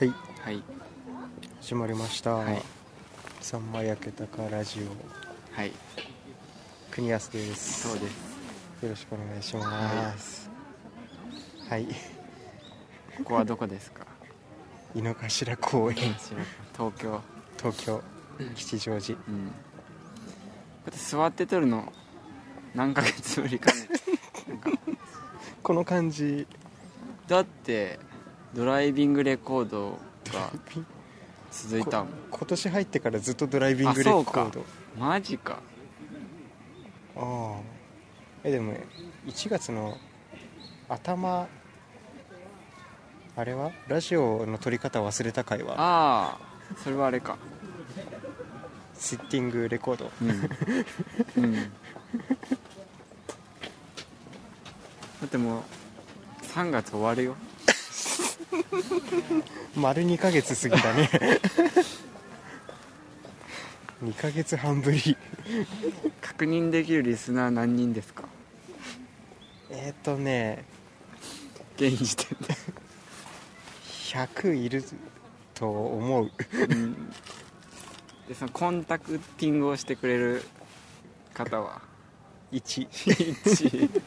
はいはい始まりました、はい三枚焼けたかラジオはい国安ですそうですよろしくお願いしますはい、ここはどこですか井の頭公園東京東京吉祥寺うんこうやって座って撮るの何ヶ月ぶりか ねこの感じだってドライビングレコードが続いたもん今年入ってからずっとドライビングレコあーそドうマジかああえでも1月の頭あれはラジオの撮り方忘れた回はああそれはあれかシッティングレコードうん、うん、だってもう3月終わるよ丸2ヶ月過ぎだね2ヶ月半ぶり確認できるリスナー何人ですかえっ、ー、とね現時点で100いると思ううんでそのコンタクティングをしてくれる方は 1 11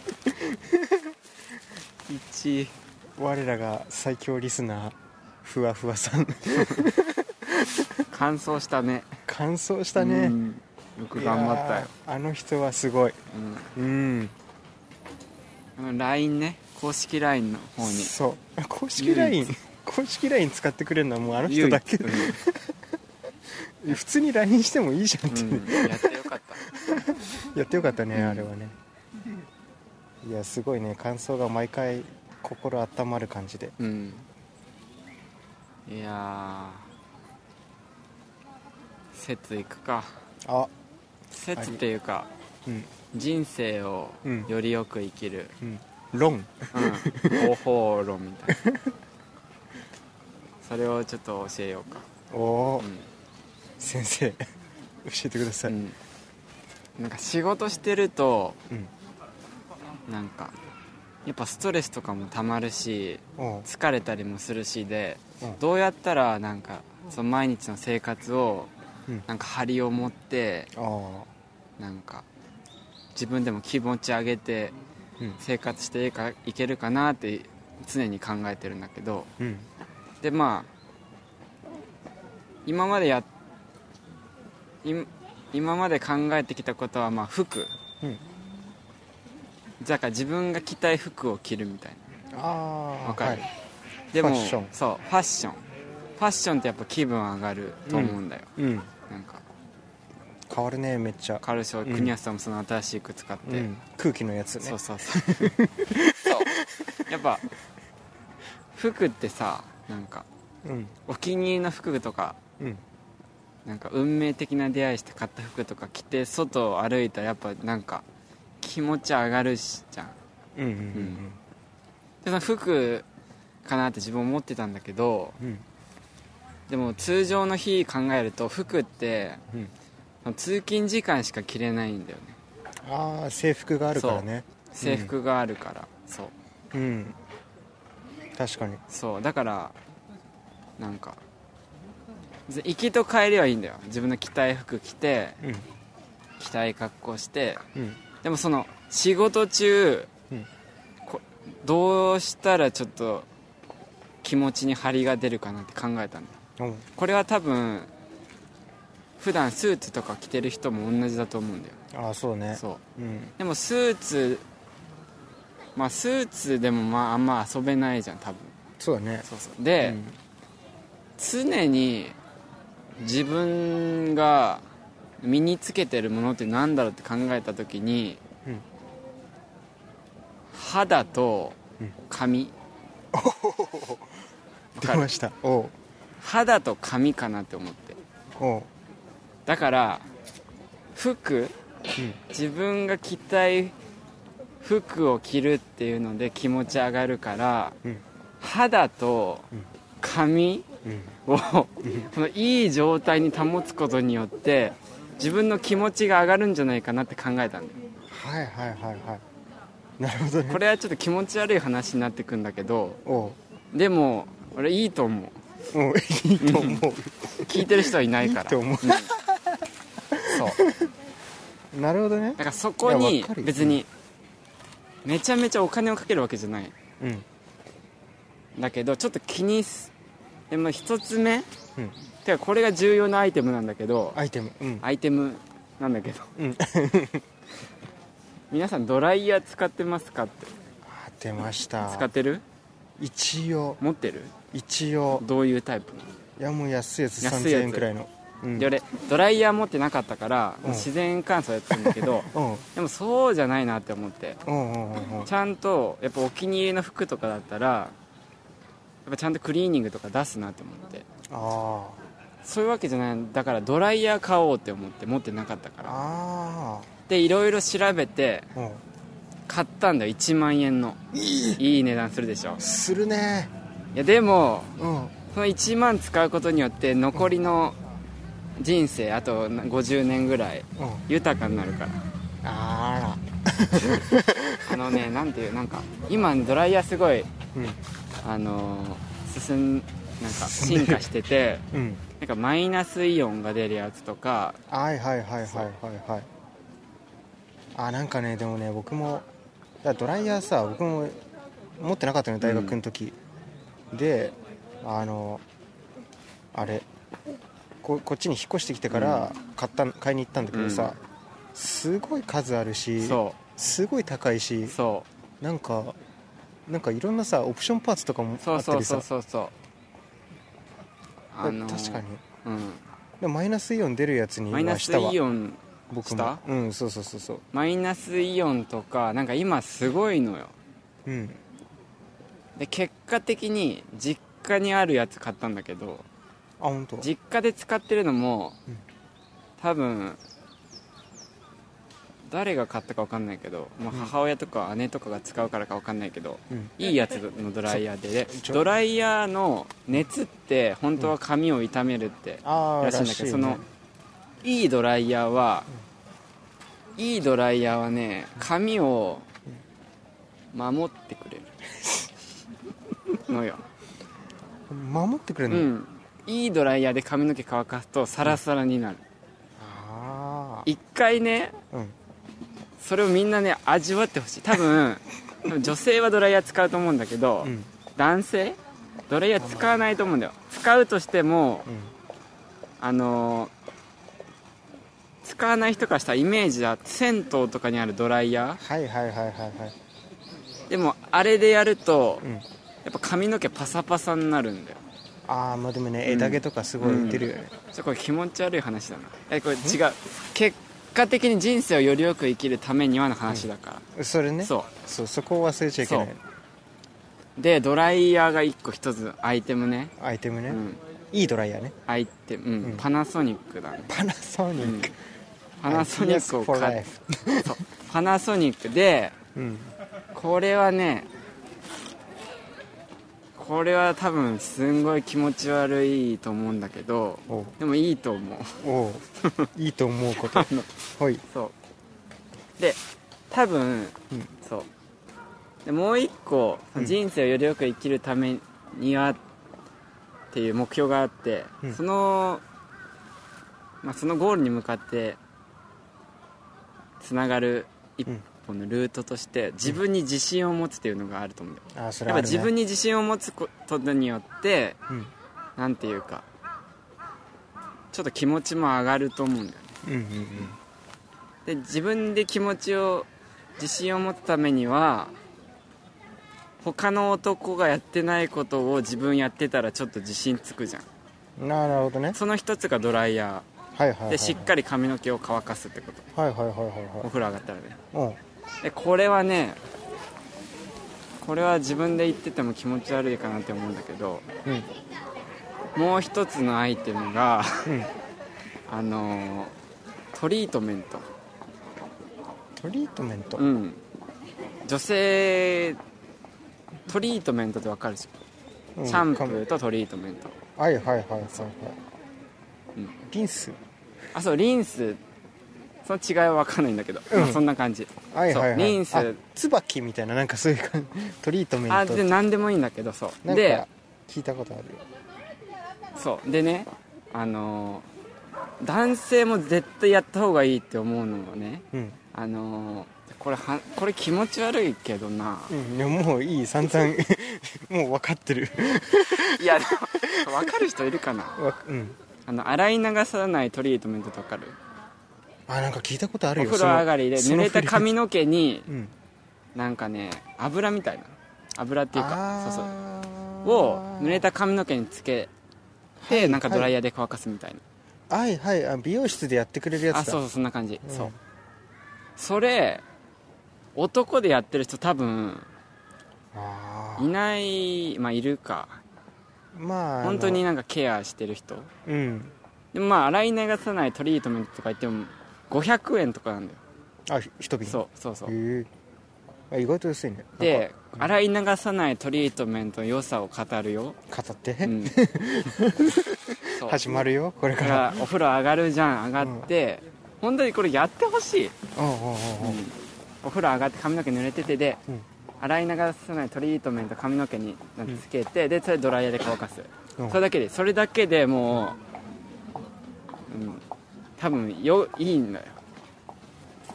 我らが最強リスナーふわふわさん完走したね完走したね、うんよく頑張ったいよや、ーあの人はすごいうんうん、あの LINE ね公式 LINE の方にそう公式 LINE 公式 LINE 使ってくれるのはもうあの人だけ唯普通に LINE してもいいじゃんって、一うんうんやってよかったやってよかったね、うんあれはねいやすごいね感想が毎回心温まる感じでうんいやー節いくかあ節っていうかうん人生をうんよりよく生きる、うん論うん、方法論みたいなそれをちょっと教えようか、おおうー、ん先生教えてください、うんなんか仕事してるとうんなんかやっぱストレスとかもたまるしおう疲れたりもするしでうんどうやったらなんかその毎日の生活をうんなんか張りを持ってああなんか自分でも気持ち上げてうん生活していかいけるかなって常に考えてるんだけど、うんでまあ今までやい今まで考えてきたことはまあ服うんだから自分が着たい服を着るみたいあなあわかる、はいでもファッションそうファッションファッションってやっぱ気分上がると思うんだよ、うんなんか変わるねめっちゃ、カルショうんー国安さんもその新しい靴買って、うん、空気のやつねそうそう そうそうやっぱ服ってさなんかうんお気に入りの服とかうんなんか運命的な出会いして買った服とか着て外を歩いたらやっぱなんか気持ち上がるしじゃんでうんうんその服かなって自分思ってたんだけどうんうんでも通常の日考えると服ってうん通勤時間しか着れないんだよねああ制服があるからね制服があるから、そううん確かにそうだからなんかぜ行きと帰りはいいんだよ自分の着たい服着てうん着たい格好してうんでもその仕事中、うんこどうしたらちょっと気持ちに張りが出るかなって考えたんだうんこれは多分普段スーツとか着てる人も同じだと思うんだよああそうねそううんでもスーツまあスーツでもまああんま遊べないじゃん多分そうだねそうそうで、うん常に自分が身につけてるものってなんだろうって考えた時に、うん肌とうん 髪、わか出るましたおう肌と髪かなって思っておうだから服うん自分が着たい服を着るっていうので気持ち上がるからうん肌とうん髪うんを このいい状態に保つことによって自分の気持ちが上がるんじゃないかなって考えたんだよはいはいはいはいなるほどねこれはちょっと気持ち悪い話になってくんだけどおうでも俺いいと思ううん いいと思聞いてる人はいなういい かいらと思そううなるほどねだからそこにいやわかるよ別にめちゃめちゃお金をかけるわけじゃないうんだけどちょっと気にすでも一つ目うんてかこれが重要なアイテムなんだけどアイテムうんアイテムなんだけどうん 皆さんドライヤー使ってますかってあ出まし使ったてる一応持ってる一応どういうタイプなのいやもう安いやつ安いやつ3000円くらいのうんで俺ドライヤー持ってなかったから、うん自然乾燥やってたんだ けどうんうんでもそうじゃないなって思ってうんうんうんちゃんとやっぱお気に入りの服とかだったらやっぱちゃんとクリーニングとか出すなって思ってあそういうわけじゃないだからドライヤー買おうって思って持ってなかったかあらあでいろいろ調べてあうん買ったんだよ1万円のいい値段するでしょするねいやでもうんその1万使うことによって残りの人生あと50年ぐらいうん豊かになるからああのねなんていうなんか今ねドライヤーすごいらうんあのー進んなんか進化しててうんなんかマイナスイオンが出るやつとかはいはいはいはいはいはいあなんかねでもね僕もだからドライヤーさ僕も持ってなかったのよ大学の時、であのあれここっちに引っ越してきてから買った、買いに行ったんだけどさ、すごい数あるしそすごい高いしうそなんかなんかいろんなさオプションパーツとかもうそあうったそうりそさうそうそうだから確かにうんでもマイナスイオン出るやつにマイナはスしたわイオン僕しもたうんそうそうそうそうマイナスイオンとかなんか今すごいのようんで結果的に実家にあるやつ買ったんだけどあ本当。実家で使ってるのも、うん多分誰が買ったか分かんないけど、まあ、母親とか姉とかが使うからか分かんないけど、うんいいやつのドライヤーででちょドライヤーの熱って本当は髪を傷めるって、ああらしいんだけどそのいいドライヤーは、いいドライヤーはね髪を守ってくれるのよ守ってくれうるの、んいいドライヤーで髪の毛乾かすとサラサラになるあ一回ねあうんそれをみんなね味わってほしい多 分多分女性はドライヤー使うと思うんだけど、うん男性ドライヤー使わないと思うんだよ使うとしてもうんあのー使わない人からしたらイメージは銭湯とかにあるドライヤはいはいはいはいはいーでもあれでやると、うんやっぱ髪の毛パサパサになるんだよああまあでもねん枝毛とかすごい出るよね、ちょこれ気持ち悪い話だなえこれ違う結果的に人生をよりよく生きるためにはの話だかそれねら、そうそそこを忘れちゃいけないそいうでドライヤーが1個1つアイテムねアイテムね、うんいいドライヤーねアイテム、うんうんパナソニックだねパナソニック、パナソニックを買っ Yes, そうパナソニックでうんこれはねこれは多分すんごい気持ち悪いと思うんだけどおうでもいいと思うおういいと思う ことはいそうで多分、うんそうでもう一個うん人生をよりよく生きるためにはっていう目標があって、うんその、まあ、そのゴールに向かってつながる一本のルートとして自分に自信を持つっていうのがあると思うんだよ、あーそれやっはぱある、ね、自分に自信を持つことによってうんなんていうかちょっと気持ちも上がると思うんだよねうんで自分で気持ちを自信を持つためには他の男がやってないことを自分やってたらちょっと自信つくじゃんうんうんななるほどねその一つがドライヤはいはいはいーはいでしっかり髪の毛を乾かすってことはいはいはいおは風呂上がったらねいはいでこれはねこれは自分で言ってても気持ち悪いかなって思うんだけどうんうんもう一つのアイテムがうんあのートリートメントトリートメント、うん女性トリートメントってわかるでしょうんシャンプーとトリートメントはいはいはいはいはい、うんリンスあそうリンスその違いは分かんないんだけど、まあうんそんな感じはいはいはいそうリンスあ椿みたいななんかそういう感じトリートメントあで何でもいいんだけどそうなんでか聞いたことあるよそうでねあの男性も絶対やった方がいいって思うのはねうん、あのこれはこれ気持ち悪いけどなうん、でももういい散々 もう分かってるいやでも分かる人いるかなわうんあの洗い流さないトリートメントとかあるあなんか聞いたことあおるよ風呂上がりでその濡れたその振髪の毛りにうんなんかね油みたいな油っていうかあーそうそうを濡れた髪の毛につけて、なんかドライヤーで乾かすみたいな、はいはいあ美容室でやってくれるやつだあそうそうそんな感じ、うんそうそれ男でやってる人多分あいーないまあいるかまああの本当になんかケアしてる人うんでもまあ洗い流さないトリートメントとか言っても500円とかなんだよあひ一瓶そうそうそうへえあ意外と安いねなんかで洗い流さないトリートメントの良さを語るよ、語って、 うん、そう始まるよこれだかかららお風呂上がるじゃん上がって、本当にこれやってほしい、うんうんうんうんお風呂上がって髪の毛濡れててで、うん洗い流さないトリートメント髪の毛になんかつけて、でそれドライヤーで乾かす、うんそれだけでそれだけでもう、うん、多分よいいんだよ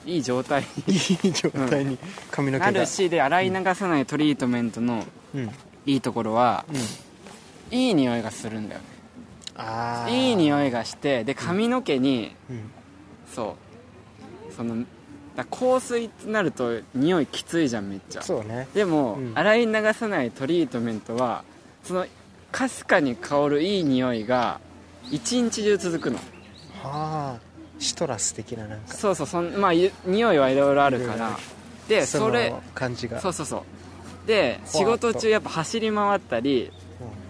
いい状態いい状態に髪のに毛がなるしで洗い流さないトリートメントのうんうんいいところは、いい匂いがするんだよねああいい匂いいがしてで髪の毛に、うんそうそのだ香水ってなると匂いきついじゃんめっちゃそうねでも、うん洗い流さないトリートメントはそのかすかに香るいい匂いが一日中続くのはあシトラス的ななんかそうそうそんまあゆ匂いはいろいろあるかいろいろあらるでそのれ感じがそうそうそうで仕ほわっと事中やっぱ走り回ったり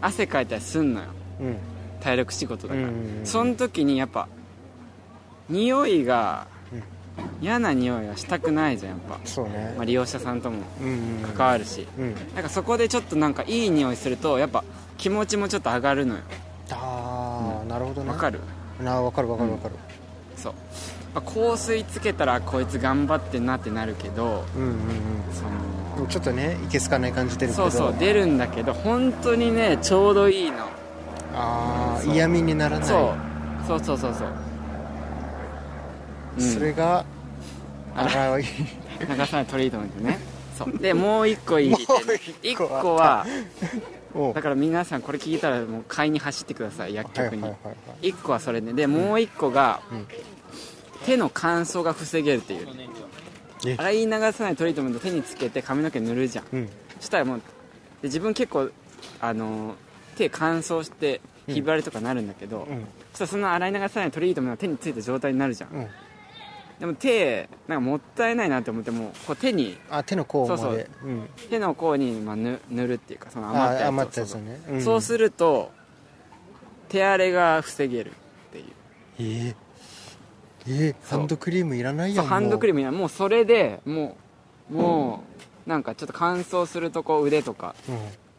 汗かいたりすんのようん体力仕事だから、うんうんうんその時にやっぱ匂いが、うん嫌な匂いはしたくないじゃんやっぱそうねまあ、利用者さんともうんうん関わるし、うんなんかそこでちょっとなんかいい匂いするとやっぱ気持ちもちょっと上がるのよああなるほどねわかるるなわかるわかるわかるそうやっぱ香水つけたらこいつ頑張ってんなってなるけどうんうんそのうんちょっとねいけすかない感じ出るけそどうそう出るんだけど本当にねちょうどいいの、ああそう嫌味にならないそうそうそうそうそううんそれがあら洗い流さないトリートメントねそうでもう一個いい 点もう一一個あった個はをだから皆さんこれ聞いたらもう買いに走ってくださいは薬いは局いに、はいはい1個はそれねでもう1個が、うん手の乾燥が防げるっていうえ洗い流さないトリートメント手につけて髪の毛塗るじゃんうんそしたらもうで自分結構あのー手乾燥してうんひばりとかなるんだけど、うんそしたらその洗い流さないトリートメントが手についた状態になるじゃん、うんでも手なんかもったいないなって思ってもうこう手にあ手の甲までそうそううん手の甲に、まあ、ぬ塗るっていうかその余っあたやつを余ったやつをそうそうねそうするると手荒れが防げるっていうええええハそうンドクリームいらないそやうんハンドクリーームいらないもうそれでもうもうなんかちょっと乾燥するとこ腕とか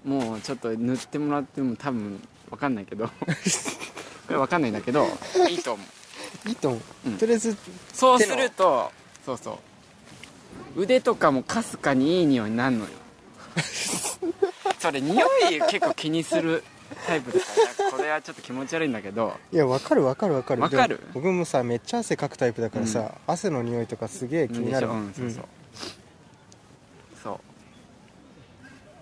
ムもうちょっと塗ってもらっても多分わかんない けどこれわかんないんだけどいいと思ういいと思ううんとりあえずそうするとそうそう腕とかもかすかにいい匂いになるのよ それ匂い結構気にするタイプだからなんかこれはちょっと気持ち悪いんだけどいやわかるわかるわかるわかるでも僕もさめっちゃ汗かくタイプだからさ汗の匂いとかすげえ気になるでしょうんそうそう、そう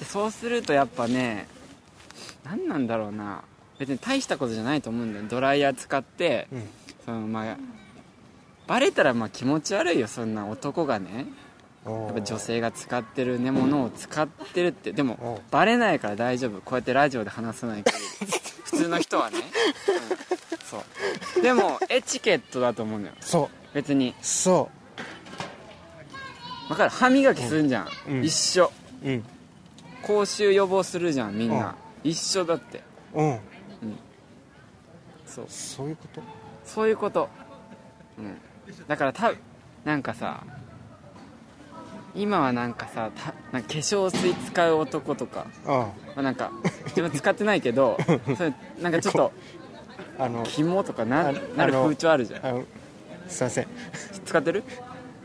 でそうするとやっぱね何なんだろうな別に大したことじゃないと思うんだよドライヤー使ってうんそのまあバレたらまあ気持ち悪いよそんな男がねおーやっぱ女性が使ってるねものを使ってるってでおもうバレないから大丈夫こうやってラジオで話さない 限り普通の人はね、うん、そうでもエチケットだと思うんだよそう別にそわかる歯磨きすんじゃん、うんうん一緒ううん口臭予防するじゃんみんな、一緒だってうんそうそういうことそういうこと、うん、だからたなんかさ今はなんかさたなんか化粧水使う男とか、あまあ、なんか自分使ってない けどそれなんかちょっとああの肝とかなあなるあの風潮あるじゃんあのすいません使ってる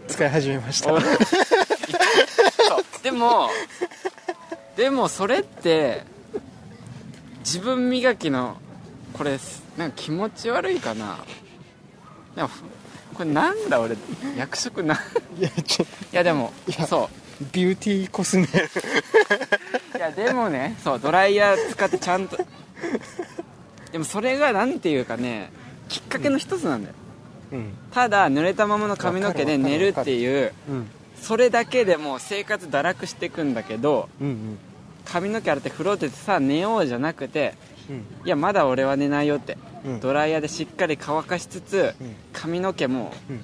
使い始めましたお そうでもでもそれって自分磨きのこれすなんか気持ち悪いかななんかこれなんだ俺役職なんいいやちょやでもいやそビューティーコスメういやでもねそうドライヤー使ってちゃんとでもそれがなんていうかねきっかけの一つなんだようんただ濡れたままの髪の毛でわかるわか寝るるっていううんそれだけでもう生活堕落していくんだけどうん髪の毛洗って風呂出てさあ寝ようじゃなくてうんいやまだ俺は寝ないよってうんうんドライヤーでしっかり乾かしつつうん髪の毛もうん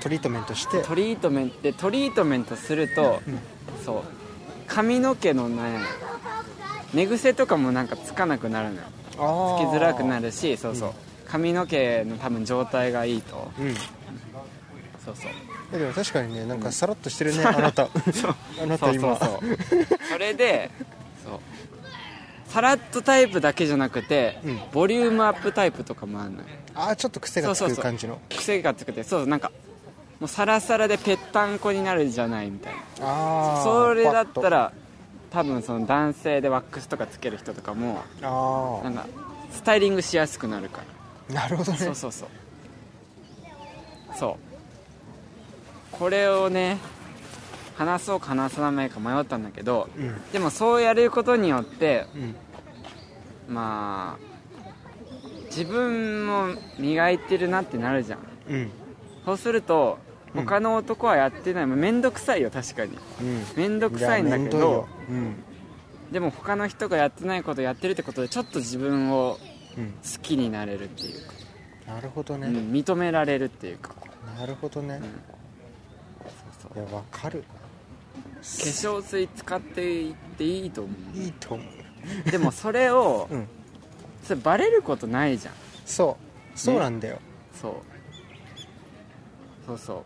トリートメントしてトリートメントでトリートメントすると、うんそう髪の毛のね寝癖とかもなんかつかなくなるのよつきつきづらくなるるしそうそう、うん髪の毛の多分状態がいいとうんそうそうえでも確かにねなんかさらっとしてる ねあなたあなそたうそ今う そうそれでそうさらっとタイプだけじゃなくて、うんボリュームアップタイプとかもあるのよああちょっと癖がつそうそくうそう感じの癖がつくてそうそうなんかもうサラサラでぺったんこになるじゃないみたいなああそれだったあら多分その男性でワックスとかつける人とかもあなんかスタイリングしやすくなる ーかなるほどらそねうそうそうそうこれをね話そうか話さないか迷ったんだけどうんでもそうやることによってうんまあ自分も磨いてるなってなるじゃんうんそうするとうん他の男はやってない、まあ、めんどくさいよ確かにうんめんどくさいんだけやめどようんでも他の人がやってないことをやってるってことでちょっと自分をうん好きになれるっていうか、なるほどうね、ん、認められるっていうかなるほどね、そういそうやわかる化粧水使っていっていいと思いいと思うでもそれをう、うん、それバレることないじゃんそうそうなんだよ、そうそうそう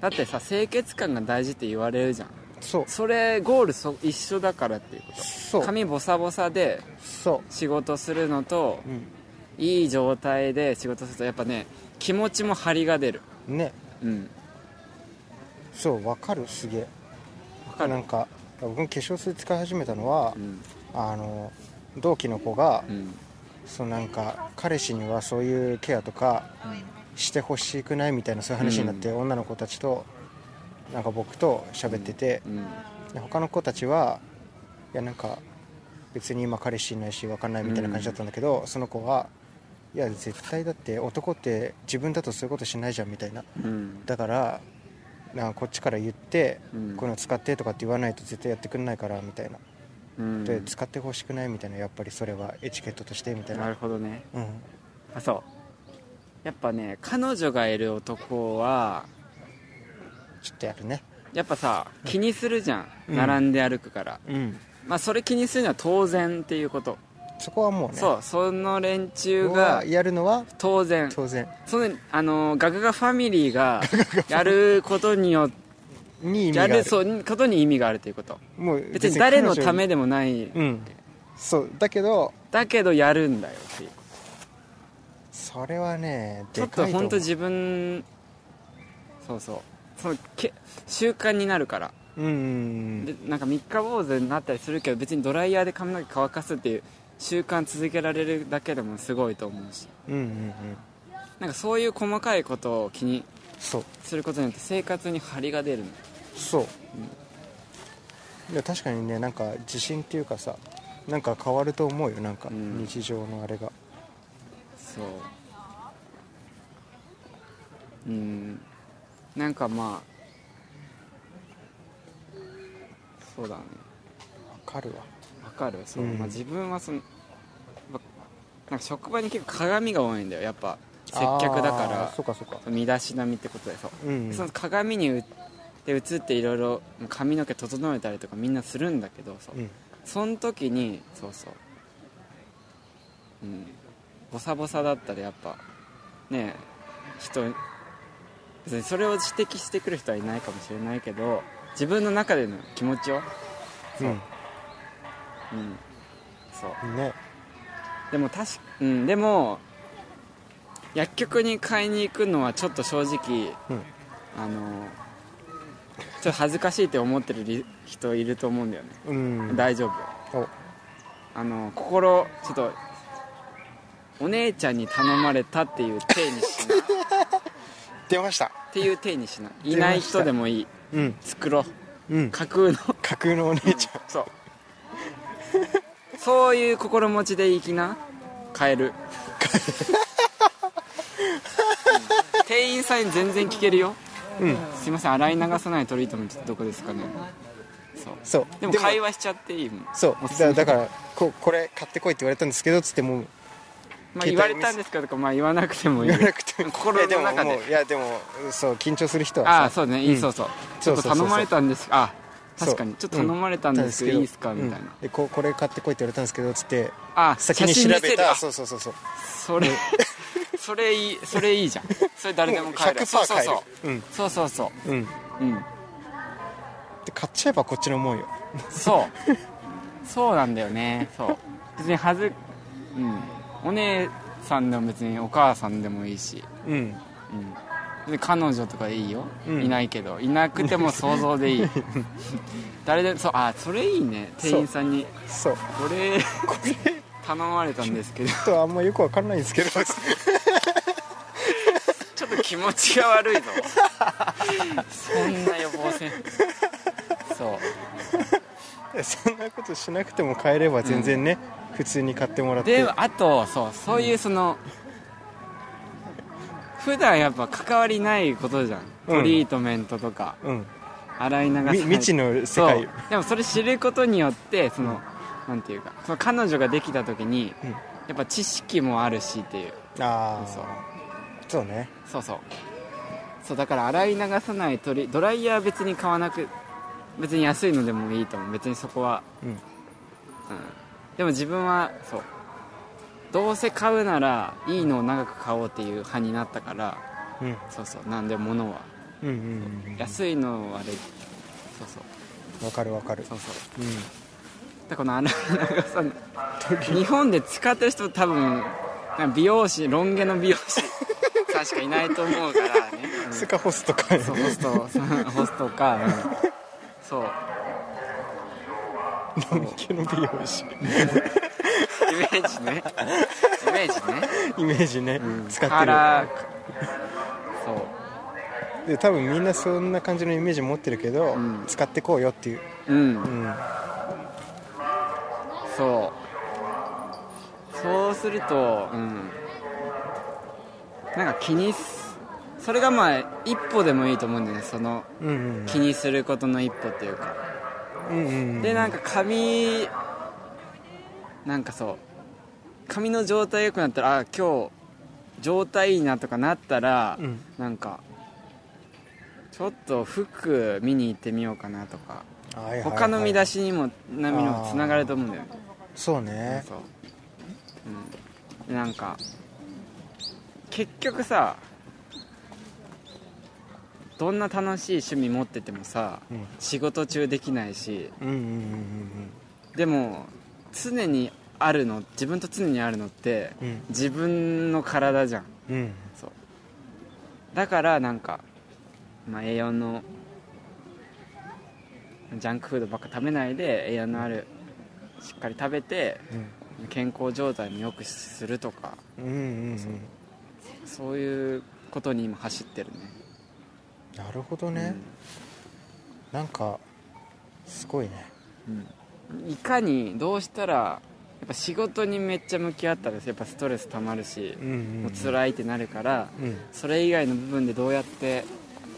だってさ清潔感が大事って言われるじゃんそうそれゴールそ一緒だからっていうこそとう髪ボサボサでそ仕事するのとう、うんいい状態で仕事するとやっぱね気持ちも張りが出るねうんそうわかるすげえわかなるんか僕も化粧水使い始めたのはう、んあの同期の子が、うんそのなんか彼氏にはそういうケアとかしてほしくないみたいなそういう話になって、女の子たちとなんか僕と喋ってて、うんで他の子たちはいやなんか別に今彼氏いないし分かんないみたいな感じだったんだけど、その子はいや絶対だって男って自分だとそういうことしないじゃんみたいなうんだからなんかこっちから言って、うんこういうの使ってとかって言わないと絶対やってくんないからみたいな、うんで使ってほしくないみたいなやっぱりそれはエチケットとしてみたいななるほどねうんあそうやっぱね彼女がいる男はちょっとやるねやっぱさ気にするじゃん、うん並んで歩くからうんまあそれ気にするのは当然っていうこと、そこはもうねそうその連中僕はがやるのは当然当然そのあのガガガファミリーがやることによってに意味がやあるるそうことに意味があるということもう別に誰の彼女ためでもないうんそうだけどだけどやるんだよっていうそれはねちょでっとかいと本思当う自分そうそうそのけ習慣になるからうんうんでなんか三日坊主になったりするけど別にドライヤーで髪の毛乾かすっていう習慣続けられるだけでもすごいと思うしうんうんうんなんかそういう細かいことを気にそうすることによって生活に張りが出るのそう、いや確かにねなんか自信っていうかさなんか変わると思うよなんかうん日常のあれが、そううんなんかまあそうだねわかるわわかるそう、うんまあ、自分はそのやっぱなんか職場に結構鏡が多いんだよやっぱ接客だあーかそうかそうから身だしなみってことでそう、うんその鏡にうで映っていろいろ髪の毛整えたりとかみんなするんだけどそう、うんその時にそうそううんボサボサだったらやっぱねえ人別にそれを指摘してくる人はいないかもしれないけど自分の中での気持ちをそううんそううんねでも確かうんでも薬局に買いに行くのはちょっと正直うんあのちょっと恥ずかしいって思ってるり人いると思うんだよね、うん大丈夫おあの心ちょっとお姉ちゃんに頼まれたっていう体に しないっ出ましたていう体にしないい出ましたない人でもいいうん作ろううん架 空の架空のお姉ちゃんそう そういう心持ちでいきな変 えるうん店員さんに全然聞けるようんすいません洗い流さないトリートメントってどこですかねそうそうでも会話しちゃっていいもんそうおすすめだだからここれ買ってこいって言われたんですけどつってもうまあ言われたんですけどとかまあ言わなくてもいい言わなくても心の中でいやでももういやでもそう緊張する人はあさあそうね、んいいそうそうちょっと頼まれたんですあそう確かにちょっと頼まれたんですけどいいですかみたいな、うんでここれ買ってこいって言われたんですけどつってあ先に写真調見せべるたあそうそうそうそうそ れそれいいそれいいじゃんそれ誰でも買えるもう100%そうそうそう買えるそうそうそうんううんで買っちゃえばこっちのもんよそうそうなんだよねそう別にはずうんお姉さんでも別にお母さんでもいいし、うんうん、別に彼女とかでいいよ、うんいないけどいなくても想像でい い誰でもそうあそれいいね店員さんにそうこれこれ頼まれたんですけどちょっとあんまよくわかんないんですけど ちょっと気持ちが悪いぞそんな予防線そうそんなことしなくても買えれば全然ね、普通に買ってもらってであとそうそういうその、普段やっぱ関わりないことじゃん、うんトリートメントとかうん洗い流さないみ未知の世界そうでもそれ知ることによってその、なんていうかその彼女ができた時に、うんやっぱ知識もあるしっていうああそうそうねそうそうそうだから洗い流さないトリドライヤー別に買わなく別に安いのでもいいと思う別にそこはうんうんでも自分はそうどうせ買うならいいのを長く買おうっていう派になったからうんそうそうなんで物はうんうん安いのはあれそうそううんわかるわかるそうそううんだからこの洗い流さない日本で使ってる人多分なんか美容師ロン毛の美容師さんしかいないと思うから ね、うんスカホスとかねそうホスト そのホストか、うんそうロン毛の美容 師イメージねイメージね、イメージね、うん、使カっラーそうてるで多分みんなそんな感じのイメージ持ってるけど、うん使ってこうよっていう、うんうん、そうそうするとうんなんか気にすそれがまあ一歩でもいいと思うんだよねそのうんうん気にすることの一歩っていうかうんうんでなんかか髪なんかそう髪の状態良くなったらあ今日状態いいなとかなったら、うんなんかちょっと服見に行ってみようかなとか他の見出ししにも波にもつながると思うんだよねそうねそう、うん、でなんか結局さどんな楽しい趣味持っててもさ、うん仕事中できないしうんうんうんでも常にあるの自分と常にあるのって、うんうん自分の体じゃんうんそうだからなんか、まあ、A4 のジャンクフードばっか食べないで栄養のあるしっかり食べてうん健康状態も良くするとかうんうんうんそういうことに今走ってるねなるほどね、なんかすごいねうんうんいかにどうしたらやっぱ仕事にめっちゃ向き合ったらやっぱストレスたまるしうん、うんもうい辛いってなるからうんそれ以外の部分でどうやって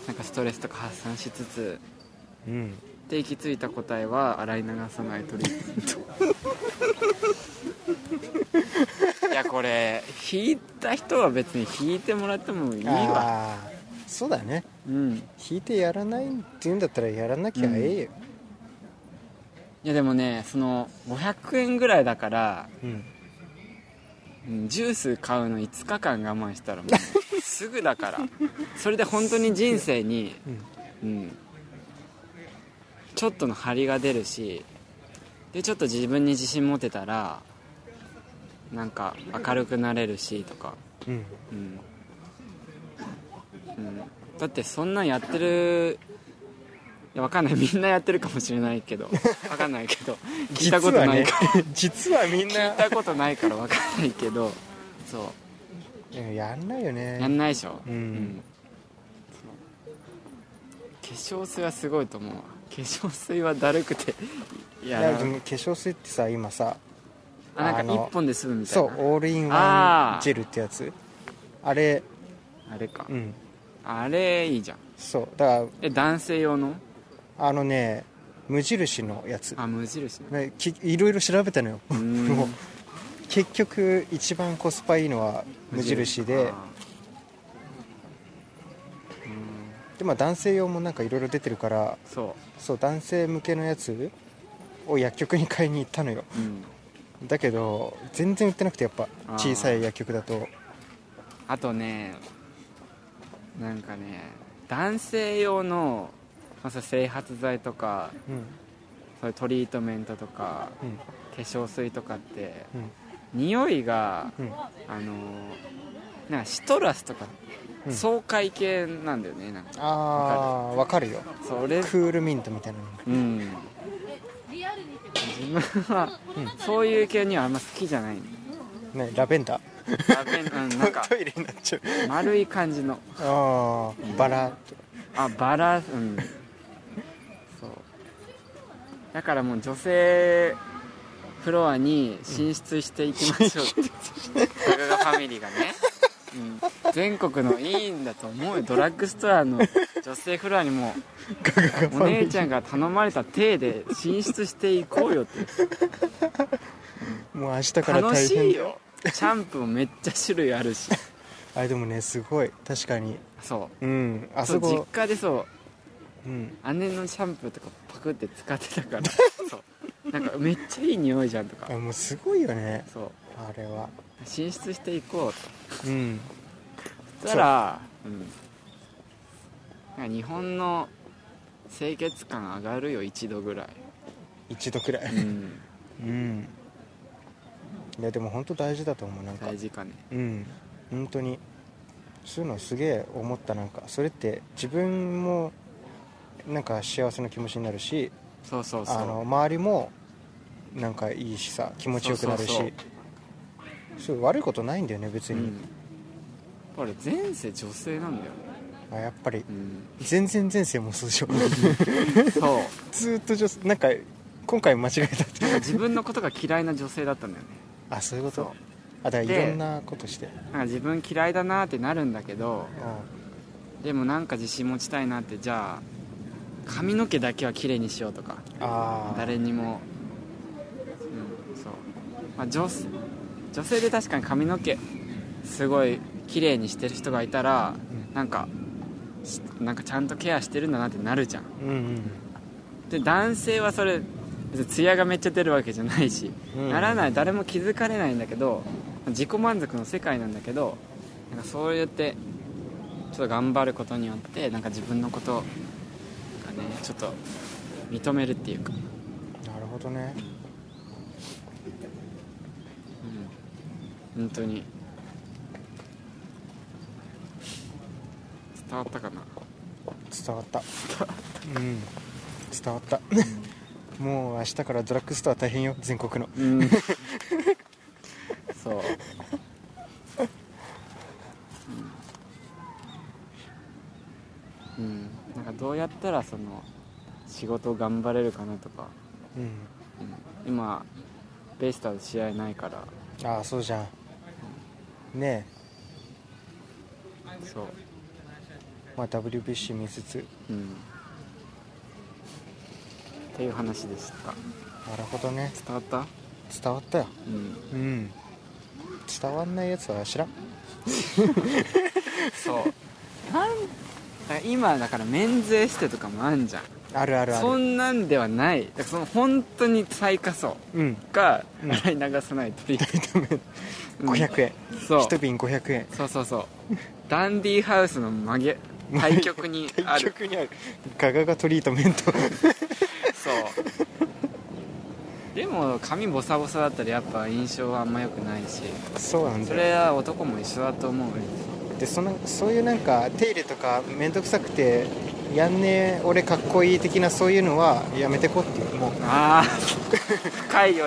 なんかストレスとか発散しつつうんで行き着いた答えは洗い流さないトリートメントいやこれ引いた人は別に引いてもらってもいいわあーそうだねうん引いてやらないって言うんだったらやらなきゃええよいやでもねその500円ぐらいだからうんうんジュース買うの5日間我慢したらもうすぐ だからそれで本当に人生に、うん、ちょっとの張りが出るしでちょっと自分に自信持てたらなんか明るくなれるしとか、うんうんうん、だってそんなんやってるやわかんないみんなやってるかもしれないけどわかんないけど聞い実たことはないねか 実はみんら、聞 ないたことないからわかんないけどそうんやんないようやんねないでしょうんそう化粧水はすごいと思うわ化粧水はだるくていやいやでも化粧水ってさ今さあなんかあの一本で済むみたいそうなオールインワあーンジェルってやつあれあれかうんあれいいじゃんそうだかえ男性用のらあのね無印のやつあ無印ねねきいろいろ調べたのよ うーんもう結局一番コスパいいのは無印であーうんで、まあ、男性用もなんかいろいろ出てるからそそう男性向けのやつを薬局に買いに行ったのよう、うん、だけど全然売ってなくてやっぱあー小さい薬局だとあとねなんかね男性用の、まあ、そう整髪剤とかうんそういうトリートメントとかうん化粧水とかってうん匂いがうんあのなんかシトラスとか、うん爽快系なんだよねなんかああーわかるよそれクールミントみたいなのうん自分は、そういう系にはあんま好きじゃないのねラベンダラベンうんなんか ートイレになっちゃう丸い感じのああバラとかあバラうんそうだからもう女性フロアに進出していきましょうガガガファミリーがね、うん、全国のいいんだと思うよドラッグストアの女性フロアにもお姉ちゃんが頼まれた体で進出していこうよってもう明日から楽大し変いよシャンプーもめっちゃ種類あるしあれでもねすごい確かにそううんあそそう実こ家でそううん姉のシャンプーとかパクって使って たからそうなんかめっちゃいい匂いじゃんとあかもうすごいよねそうあれは進出していこうとうんそしたらうんなんか日本の清潔感上がるよ一度ぐらい一度くらいうんうんいやでも本当大事だと思うなんか大事かねうん本当にそういうのすげえ思ったなんかそれって自分もなんか幸せな気持ちになるしそうそうそうあの周りもなんかいいしさ気持ちよくなるしそうそそうう悪いことないんだよね別うに、んこれ前世女性なんだよ、あやっぱりうん、全然前世もそうでしょ そうずーっと女性なんか今回間違えたってなんか自分のことが嫌いな女性だったんだよねあそういうこそとあだからでいろんなことしてうなんか自分嫌いだなってなるんだけどうでもなんか自信持ちたいなってじゃあ髪の毛だけは綺麗にしようとかんああ誰にも、うん、そう、まあ、女性女性で確かに髪の毛すごい綺麗にしてる人がいたら、うなんかしなんかちゃんとケアしてるんだなってなるじゃんうんうんで男性はそれ別に艶がめっちゃ出るわけじゃないし、うんならない誰も気づかれないんだけど自己満足の世界なんだけどなんかそうやってちょっと頑張ることによってなんか自分のことがねちょっと認めるっていうか、なるほどねうん、本当に伝わったかな伝わったうん伝わったもう明日からドラッグストア大変よ全国のうんそううん、うんなんかどうやったらその仕事を頑張れるかなとか、うんうん、今ベイスターズ試合ないからああそうじゃんねそうえ、まあ、WBC 見つつうんっていう話でしたなるほどね伝わった伝わったようんうん伝わんないやつは知らんそう なんだから今だから免税してとかもあんじゃんあるあるあそるんなんではないだからその本当に最下層うんがうん洗い流さないといけない、 うん500円そう一瓶500円そうそうそうダンディーハウスの曲げ対極にあ対る局にあるガガガトリートメント そうでも髪ボサボサだったらやっぱ印象はあんま良くないしそうなんそだよれは男も一緒だと思うよでそのそういうなんか手入れとか面倒くさくてやんねえ俺かっこいい的なそういうのはやめてこっていうもう ああ深いよ